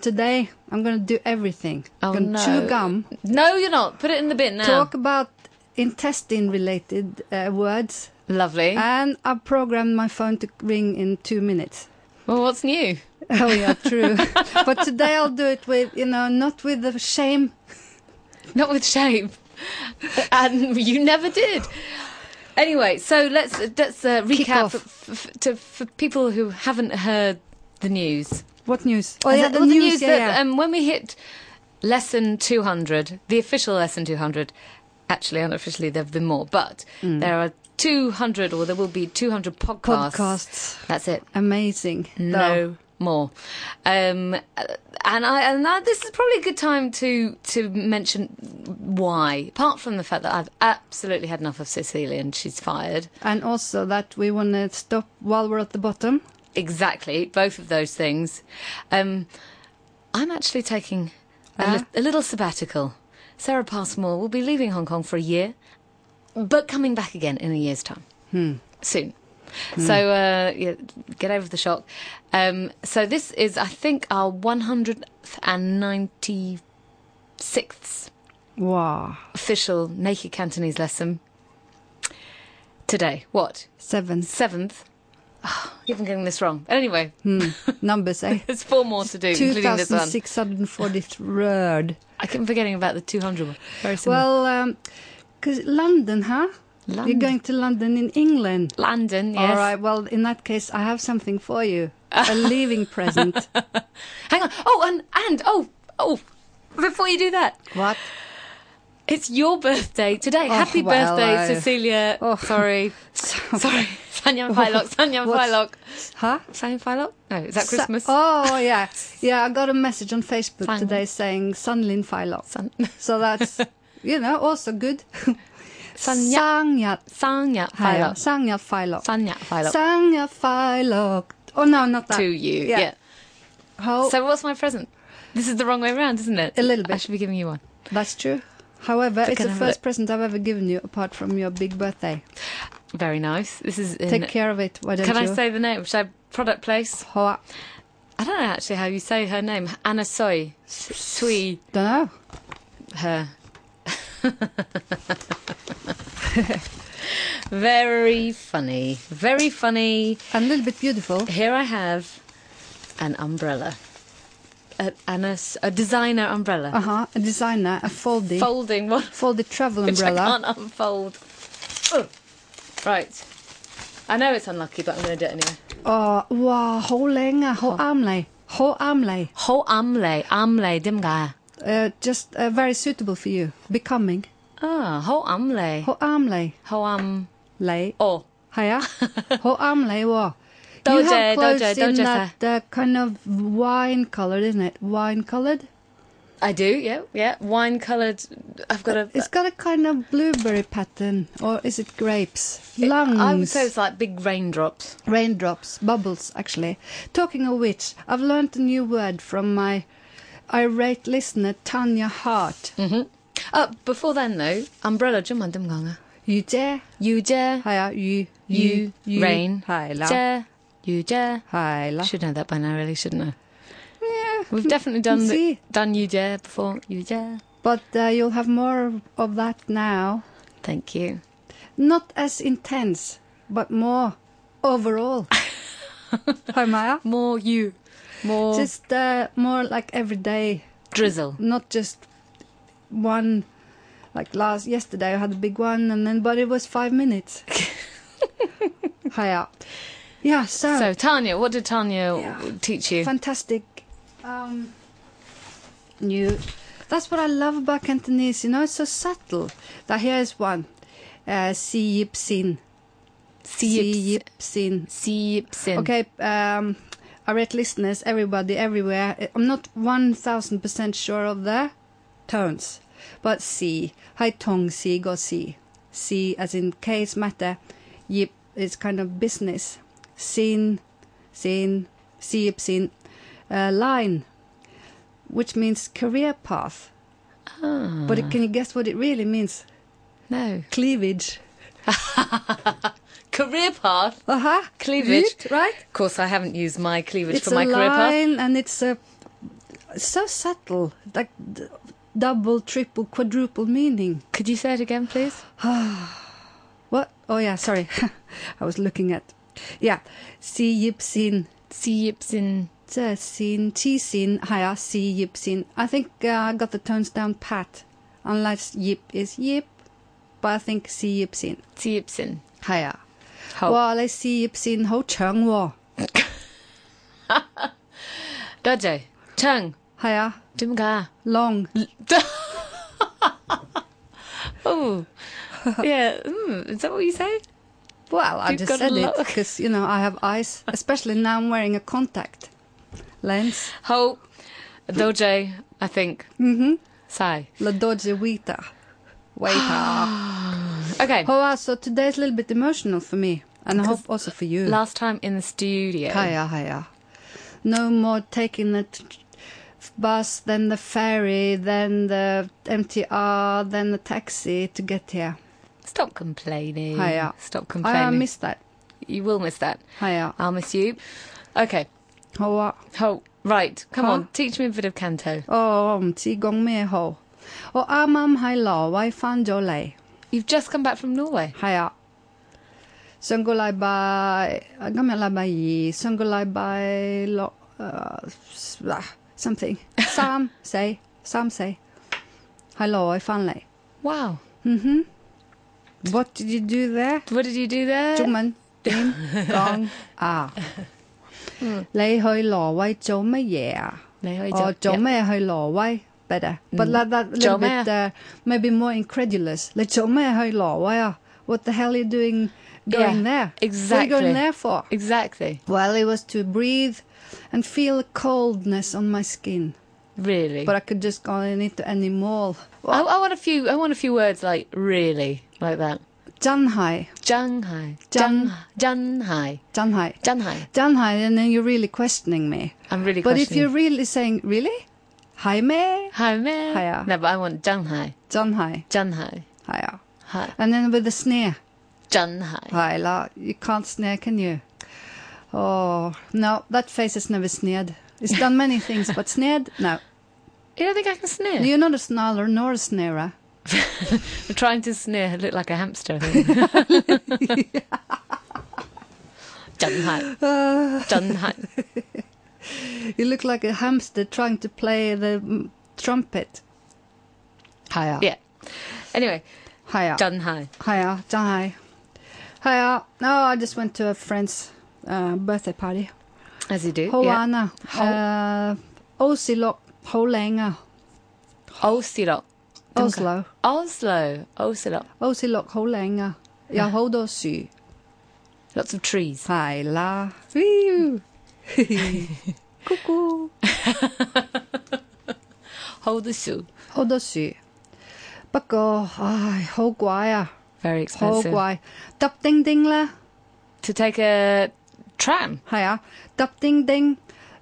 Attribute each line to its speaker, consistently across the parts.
Speaker 1: Today I'm gonna do everything.
Speaker 2: Oh,
Speaker 1: gonna
Speaker 2: no.
Speaker 1: chew gum,
Speaker 2: No, you're not. Put it in the bin now.
Speaker 1: talk about intestine-related uh, words,
Speaker 2: Lovely.
Speaker 1: and I programmed my phone to ring in two minutes.
Speaker 2: well, what's new?
Speaker 1: Oh yeah, true. but today I'll do it with you know not with the shame.
Speaker 2: Not with shame. and you never did. Anyway, so let's let's uh, recap
Speaker 1: off.
Speaker 2: for, for, to, for people who haven't heard the news.
Speaker 1: What news? Oh
Speaker 2: Is
Speaker 1: yeah,
Speaker 2: that-
Speaker 1: the
Speaker 2: well,
Speaker 1: news. yeah,
Speaker 2: that
Speaker 1: yeah.
Speaker 2: Um, when we hit lesson 200, the official lesson 200, actually, unofficially, there have been more, but
Speaker 1: Mm.
Speaker 2: there are 200, or there will be 200 podcasts.
Speaker 1: podcasts.
Speaker 2: That's it.
Speaker 1: Amazing. though.
Speaker 2: No more. Um, uh, and I and that, this is probably a good time to to mention why. Apart from the fact that I've absolutely had enough of Cecilia and she's fired.
Speaker 1: And also that we want to stop while we're at the bottom.
Speaker 2: Exactly, both of those things. Um, I'm actually taking a,
Speaker 1: Ah.
Speaker 2: lit- a little sabbatical. Sarah Passmore will be leaving Hong Kong for a year, but coming back again in a year's time. Soon. So uh, yeah, get over the shock. Um, so this is, I think, our 196th
Speaker 1: Wow.
Speaker 2: official Naked Cantonese lesson. Today, what?
Speaker 1: Seven
Speaker 2: Seventh? Oh, even getting this wrong. Anyway,
Speaker 1: Hmm. numbers, eh?
Speaker 2: There's four more to do, including this one.
Speaker 1: 2643rd.
Speaker 2: I keep forgetting about the 200 one. Very similar.
Speaker 1: Well, um 'cause London, huh?
Speaker 2: London.
Speaker 1: You're going to London in England.
Speaker 2: London, yes.
Speaker 1: All right, well, in that case, I have something for you a leaving present.
Speaker 2: Hang on. Oh, and, and, oh, oh, before you do that,
Speaker 1: What?
Speaker 2: it's your birthday today.
Speaker 1: Oh,
Speaker 2: Happy
Speaker 1: well,
Speaker 2: birthday,
Speaker 1: I-
Speaker 2: Cecilia.
Speaker 1: Oh.
Speaker 2: Sorry. Sorry. Sanyam Philok, Sanyam
Speaker 1: What's-
Speaker 2: Philok.
Speaker 1: Huh?
Speaker 2: Sanyam Philok? No, is that
Speaker 1: Sa-
Speaker 2: Christmas?
Speaker 1: oh, yeah. Yeah, I got a message on Facebook
Speaker 2: Fine.
Speaker 1: today saying Sunlin Philo.
Speaker 2: San-
Speaker 1: So that's, you know, also good.
Speaker 2: Sanya-
Speaker 1: Sanya.
Speaker 2: Sanya
Speaker 1: Philo. Sanya
Speaker 2: Philok.
Speaker 1: Philo.
Speaker 2: Sanya Philok.
Speaker 1: Sanya Philo. Oh, no, not that.
Speaker 2: To you.
Speaker 1: Yeah.
Speaker 2: Yeah.
Speaker 1: How,
Speaker 2: So what's my present? This is the wrong way around, isn't it?
Speaker 1: A little
Speaker 2: I
Speaker 1: bit.
Speaker 2: should be giving you one.
Speaker 1: that's true. However, it's
Speaker 2: can
Speaker 1: the
Speaker 2: I have
Speaker 1: first
Speaker 2: it?
Speaker 1: present I've ever given you apart from your big birthday.
Speaker 2: Very nice. This is in...
Speaker 1: Take care of it, why don't
Speaker 2: Can
Speaker 1: you?
Speaker 2: I say the name? Should I product place?
Speaker 1: Hoa.
Speaker 2: I don't know actually how you say her name. Anna Soy. Sui.
Speaker 1: Don't know.
Speaker 2: Her. Very funny. Very funny.
Speaker 1: And a little bit beautiful.
Speaker 2: Here I have an umbrella. A, an, a, a designer umbrella.
Speaker 1: Uh huh. A designer, a foldy.
Speaker 2: Folding one.
Speaker 1: folded travel
Speaker 2: Which
Speaker 1: Oh. umbrella.
Speaker 2: I can't unfold. Ugh. Right. I know it's unlucky, but I'm going to do it anyway.
Speaker 1: Ờ, Oh, wow, hổ lén à, hổ am này, hổ am này.
Speaker 2: Ho amle, amle, dimga.
Speaker 1: Uh, just uh, very suitable for you, becoming.
Speaker 2: Ah, ho amle.
Speaker 1: Hổ am này,
Speaker 2: Ho am.
Speaker 1: lấy,
Speaker 2: Oh.
Speaker 1: hay á, hổ am lấy, wow. you
Speaker 2: Doja,
Speaker 1: have clothes
Speaker 2: doja,
Speaker 1: in
Speaker 2: doja
Speaker 1: that uh, kind of wine colored, isn't it? Wine colored.
Speaker 2: I do, yeah, yeah. Wine coloured. I've got a.
Speaker 1: It's got a kind of blueberry pattern, or is it grapes? Lungs.
Speaker 2: I would say it's like big raindrops.
Speaker 1: raindrops, bubbles, actually. Talking of which, I've learned a new word from my irate listener, Tanya Hart.
Speaker 2: Uh, before then, though, umbrella jumandumganga.
Speaker 1: You dare?
Speaker 2: You dare,
Speaker 1: Hi, uh, you,
Speaker 2: you,
Speaker 1: you, you,
Speaker 2: rain,
Speaker 1: Hi, la.
Speaker 2: dare, you dare.
Speaker 1: Hi, la.
Speaker 2: Should know that by now, really, shouldn't I?
Speaker 1: Yeah.
Speaker 2: We've definitely done the,
Speaker 1: See?
Speaker 2: done you dare before. You dare.
Speaker 1: But uh, you'll have more of that now.
Speaker 2: Thank you.
Speaker 1: Not as intense, but more overall. Hi, Maya.
Speaker 2: More you, more
Speaker 1: Just uh, more like every day,
Speaker 2: drizzle.
Speaker 1: not just one. Like last yesterday, I had a big one, and then but it was five minutes. Hiya. Yeah. So,
Speaker 2: So Tanya, what did Tanya
Speaker 1: Yeah.
Speaker 2: teach you?
Speaker 1: fantastic um, new. That's what I love about Cantonese. You know, it's so subtle. Now here's one. Uh, si yip sin. Si
Speaker 2: Siip,
Speaker 1: yip sin.
Speaker 2: siip, sin.
Speaker 1: Okay, um, I read listeners, everybody, everywhere. I- I'm not 1000% sure of the tones, but si. Hai tong si go si. Si as in case matter. Yip is kind of business. Sin, sin, si yip sin. Uh, line, which means career path.
Speaker 2: Ah,
Speaker 1: But can you guess what it really means?
Speaker 2: no.
Speaker 1: Cleavage.
Speaker 2: Career path.
Speaker 1: Uh huh.
Speaker 2: Cleavage.
Speaker 1: Right?
Speaker 2: Of course, I haven't used my cleavage
Speaker 1: it's
Speaker 2: for my
Speaker 1: a
Speaker 2: career path.
Speaker 1: line and it's a so subtle, like d- double, triple, quadruple meaning.
Speaker 2: Could you say it again, please?
Speaker 1: What? Oh yeah, sorry, I was looking at. Yeah, si yipsin,
Speaker 2: See in
Speaker 1: tse sin, chi sin, haya si yipsin. I think uh, I got the tones down pat, unless yip is yip, but I think si yipsin,
Speaker 2: see Ipsin.
Speaker 1: haya.
Speaker 2: How?
Speaker 1: Well, I si yipsin ho cheng wo,
Speaker 2: Dojo. Chung.
Speaker 1: haya
Speaker 2: Dimga.
Speaker 1: long.
Speaker 2: Oh. yeah. Mm, is that what you say?
Speaker 1: Well, I
Speaker 2: You've
Speaker 1: just
Speaker 2: got a
Speaker 1: said it
Speaker 2: look.
Speaker 1: because you know I have eyes, especially now I'm wearing a contact lens.
Speaker 2: Ho. Dojo, I think. Mm-hmm. Sai.
Speaker 1: La Doge Vita. Waiter.
Speaker 2: Okay.
Speaker 1: oh, wow, so today's a little bit emotional for me, and I hope also for you.
Speaker 2: Last time in the studio.
Speaker 1: Hiya, hiya. No more taking the t- f- bus, then the ferry, then the MTR, then the taxi to get here.
Speaker 2: Stop complaining.
Speaker 1: Hiya.
Speaker 2: Stop
Speaker 1: I,
Speaker 2: complaining.
Speaker 1: I miss that.
Speaker 2: you will miss that.
Speaker 1: Hiya. Oh, ah.
Speaker 2: I'll miss you. Okay.
Speaker 1: Ho, wa.
Speaker 2: Ho. Right. Come
Speaker 1: Huh?
Speaker 2: on. Teach me a bit of canto.
Speaker 1: Oh, um, qi gong me ho. Oh, ah, mam, hai la, wai fan jo lei.
Speaker 2: You've just come back from Norway.
Speaker 1: Hiya. Sungolai by Gamelai by Yi, Sungolai by Lo uh, s- ah, something. Sam say, Sam say. Hello, I finally.
Speaker 2: Wow.
Speaker 1: What did you do there?
Speaker 2: What did you do there?
Speaker 1: Jungman, Din, Gong, Ah. Lei Hoi Law Wai Joe Yeah.
Speaker 2: Oh,
Speaker 1: Or Joe
Speaker 2: Yeah.
Speaker 1: May Hoi Law Wai better. Oh， But like that
Speaker 2: Joe
Speaker 1: little
Speaker 2: May.
Speaker 1: bit uh, maybe more incredulous. Like Joe May Hoi Law Wai ah, what the hell are you doing going
Speaker 2: Yeah,
Speaker 1: there? What are you
Speaker 2: exactly.
Speaker 1: going there for?
Speaker 2: Exactly.
Speaker 1: Well, it was to breathe and feel coldness on my skin.
Speaker 2: Really.
Speaker 1: But I could just go into any mall. Well,
Speaker 2: I, I want a few. I want a few words like really, like that.
Speaker 1: Janhai,
Speaker 2: Shanghai,
Speaker 1: Jan-
Speaker 2: Shanghai,
Speaker 1: Janhai,
Speaker 2: Shanghai.
Speaker 1: Janhai, and then you're really questioning me.
Speaker 2: I'm really.
Speaker 1: But if
Speaker 2: questioning.
Speaker 1: you're really saying, really? Jaime,
Speaker 2: hi man,
Speaker 1: Hiya.
Speaker 2: no, but I want Shanghai,
Speaker 1: Janhai,
Speaker 2: Shanghai,
Speaker 1: hiya.
Speaker 2: hi,
Speaker 1: And then with a sneer,
Speaker 2: Shanghai.
Speaker 1: hi, la, you can't sneer, can you? Oh, no, that face has never sneered. It's done many things, but sneered? No.
Speaker 2: You don't think I can sneer?
Speaker 1: You're not a snarler nor a sneerer.
Speaker 2: I'm trying to sneer. I look like a hamster. I think. Shanghai, Uh, Shanghai.
Speaker 1: You look like a hamster trying to play the mm, trumpet. Hiya.
Speaker 2: Yeah. Anyway,
Speaker 1: Hiya.
Speaker 2: Shanghai.
Speaker 1: Hiya. Hi. Hiya. No, I just went to a friend's uh, birthday party.
Speaker 2: As you do. yeah.
Speaker 1: Hoana. Uh, Osilo. Holenga.
Speaker 2: Oslo.
Speaker 1: Oslo.
Speaker 2: Oslo. Oslo.
Speaker 1: Osilo. Holenga. Ja, Hodosy.
Speaker 2: Lots of trees.
Speaker 1: Hi la. Whew. Cuckoo.
Speaker 2: Hold the shoe.
Speaker 1: Hodosy. 不過，唉，好怪啊，好怪，搭叮叮啦，
Speaker 2: Very expensive. to take a tram,
Speaker 1: 系啊，搭叮叮，誒、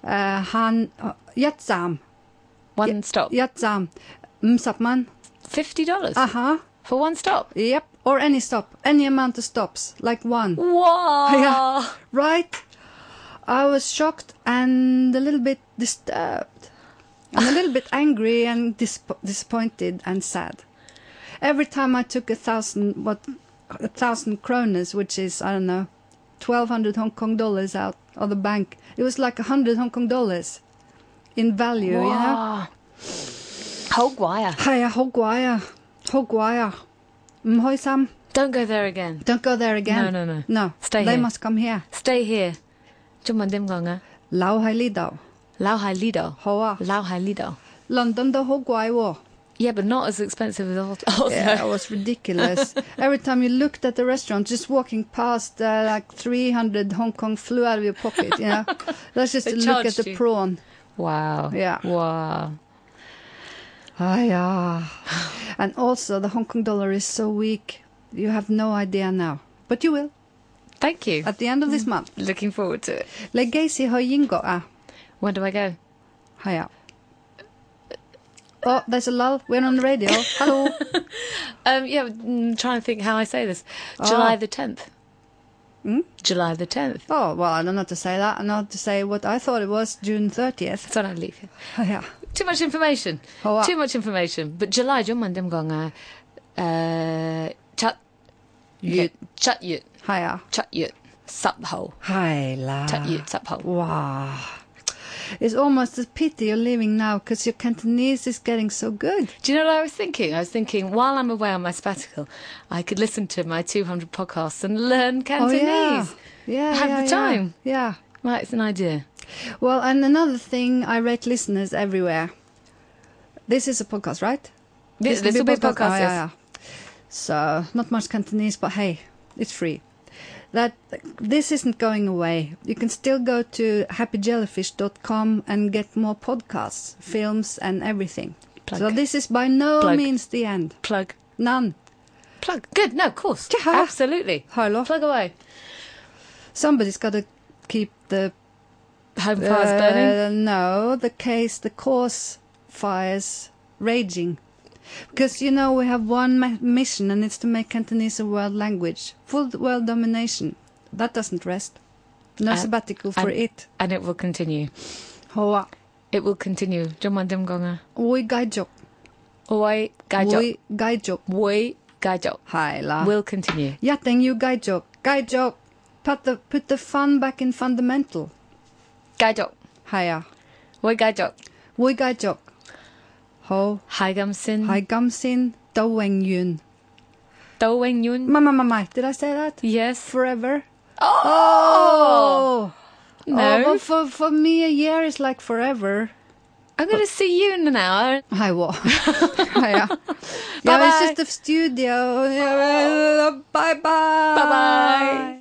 Speaker 1: Uh, 限呃一站
Speaker 2: one stop,
Speaker 1: 一站五十蚊
Speaker 2: fifty dollars
Speaker 1: 啊哈
Speaker 2: for one stop.
Speaker 1: ，yep or any stop any amount of stops like one
Speaker 2: Wow!
Speaker 1: Yeah. right I was shocked and a little bit disturbed and a little bit angry and disp- disappointed and sad every time I took a thousand what a thousand kroners which is I don't know 1200 Hong Kong dollars out of the bank it was like 100 Hong Kong dollars in value you know
Speaker 2: Wow. Whole wire.
Speaker 1: 系啊，好怪啊，好怪啊，唔開心。
Speaker 2: Don't go there again.
Speaker 1: Mm, Don't go there again.
Speaker 2: No, no, no.
Speaker 1: No,
Speaker 2: Stay
Speaker 1: They
Speaker 2: here.
Speaker 1: must come here.
Speaker 2: Stay here. Chung man dim gong ah.
Speaker 1: 留喺呢度，
Speaker 2: Lao hai lido.
Speaker 1: 好啊。
Speaker 2: Lao hai lido.
Speaker 1: 倫敦都好怪喎。
Speaker 2: Yeah, but not as expensive as Oslo.
Speaker 1: Yeah, that was ridiculous. Every time you looked at the restaurant, just walking past, uh, like 300 Hong Kong flew out of your pocket, you know. That's just
Speaker 2: They
Speaker 1: to look at
Speaker 2: charged
Speaker 1: the
Speaker 2: you.
Speaker 1: prawn.
Speaker 2: Wow.
Speaker 1: Yeah.
Speaker 2: Wow.
Speaker 1: Ah, yeah. And also, the Hong Kong dollar is so weak. You have no idea now. But you will,
Speaker 2: Thank you.
Speaker 1: at the end
Speaker 2: Mm.
Speaker 1: of this month.
Speaker 2: Looking forward to it.
Speaker 1: Legacy har ingått. Ah.
Speaker 2: When do I go?
Speaker 1: Hiya. Oh, there's a lull. We're on the radio. Hello.
Speaker 2: Um, yeah, mm, trying to think how I say this. July the 10th.
Speaker 1: Ah. Hmm?
Speaker 2: July the 10th.
Speaker 1: oh, well, I don't know how to say that. I know how to say what I thought it was June 30th.
Speaker 2: That's when I leave here.
Speaker 1: Hiya.
Speaker 2: too much information.
Speaker 1: Ho up.
Speaker 2: Too much information. But July, uh, 中文點講啊？誒，七月，
Speaker 1: 月係啊，
Speaker 2: 七月，七月十號，七月十號。
Speaker 1: 係啦，Wow. It's almost a pity you're leaving now because your Cantonese is getting so good.
Speaker 2: Do you know what I was thinking? I was thinking while I'm away on my sabbatical, I could listen to my 200 podcasts and learn Cantonese.
Speaker 1: Oh, yeah. Yeah.
Speaker 2: Have
Speaker 1: yeah,
Speaker 2: the
Speaker 1: yeah.
Speaker 2: time.
Speaker 1: Yeah.
Speaker 2: Right, it's an idea.
Speaker 1: Well, and another thing, I rate listeners everywhere. This is a podcast, right?
Speaker 2: This, this will be a podcast.
Speaker 1: Oh,
Speaker 2: yes.
Speaker 1: yeah, yeah. So, not much Cantonese, but hey, it's free. That this isn't going away. You can still go to happyjellyfish.com and get more podcasts, films, and everything.
Speaker 2: Plug.
Speaker 1: So this is by no
Speaker 2: Plug.
Speaker 1: means the end.
Speaker 2: Plug.
Speaker 1: None.
Speaker 2: Plug. Good. No, of course.
Speaker 1: Yeah.
Speaker 2: Absolutely.
Speaker 1: Hello.
Speaker 2: Plug away.
Speaker 1: Somebody's got to keep the
Speaker 2: Home fires
Speaker 1: uh,
Speaker 2: burning.
Speaker 1: No, the case, the cause fires raging. Because you know we have one ma- mission, and it's to make Cantonese a world language, full world domination. That doesn't rest. No
Speaker 2: Uh,
Speaker 1: sabbatical for
Speaker 2: and-
Speaker 1: it.
Speaker 2: And it will continue.
Speaker 1: Hoa.
Speaker 2: It will continue. 中文點講啊？
Speaker 1: Oi gaijo.
Speaker 2: 我會繼續。
Speaker 1: Oi gaijo.
Speaker 2: 會繼續。
Speaker 1: Hi la.
Speaker 2: Will continue.
Speaker 1: Yatten you gaijo. Gaijo. Put the put the fun back in fundamental. 係啊. Oi gaijo. Ho.
Speaker 2: 繼續。會繼續。係咁先。
Speaker 1: Hi gumsin. Do wing yun.
Speaker 2: 到永遠。
Speaker 1: My, my, my, my. Did I say that?
Speaker 2: Yes.
Speaker 1: Forever. Oh,
Speaker 2: Oh! No.
Speaker 1: but for, for me, a year is like forever.
Speaker 2: I'm going to see you in an hour.
Speaker 1: Hi, what? yeah. yeah,
Speaker 2: Bye-bye.
Speaker 1: it's just the studio. Bye bye. Bye
Speaker 2: Bye-bye.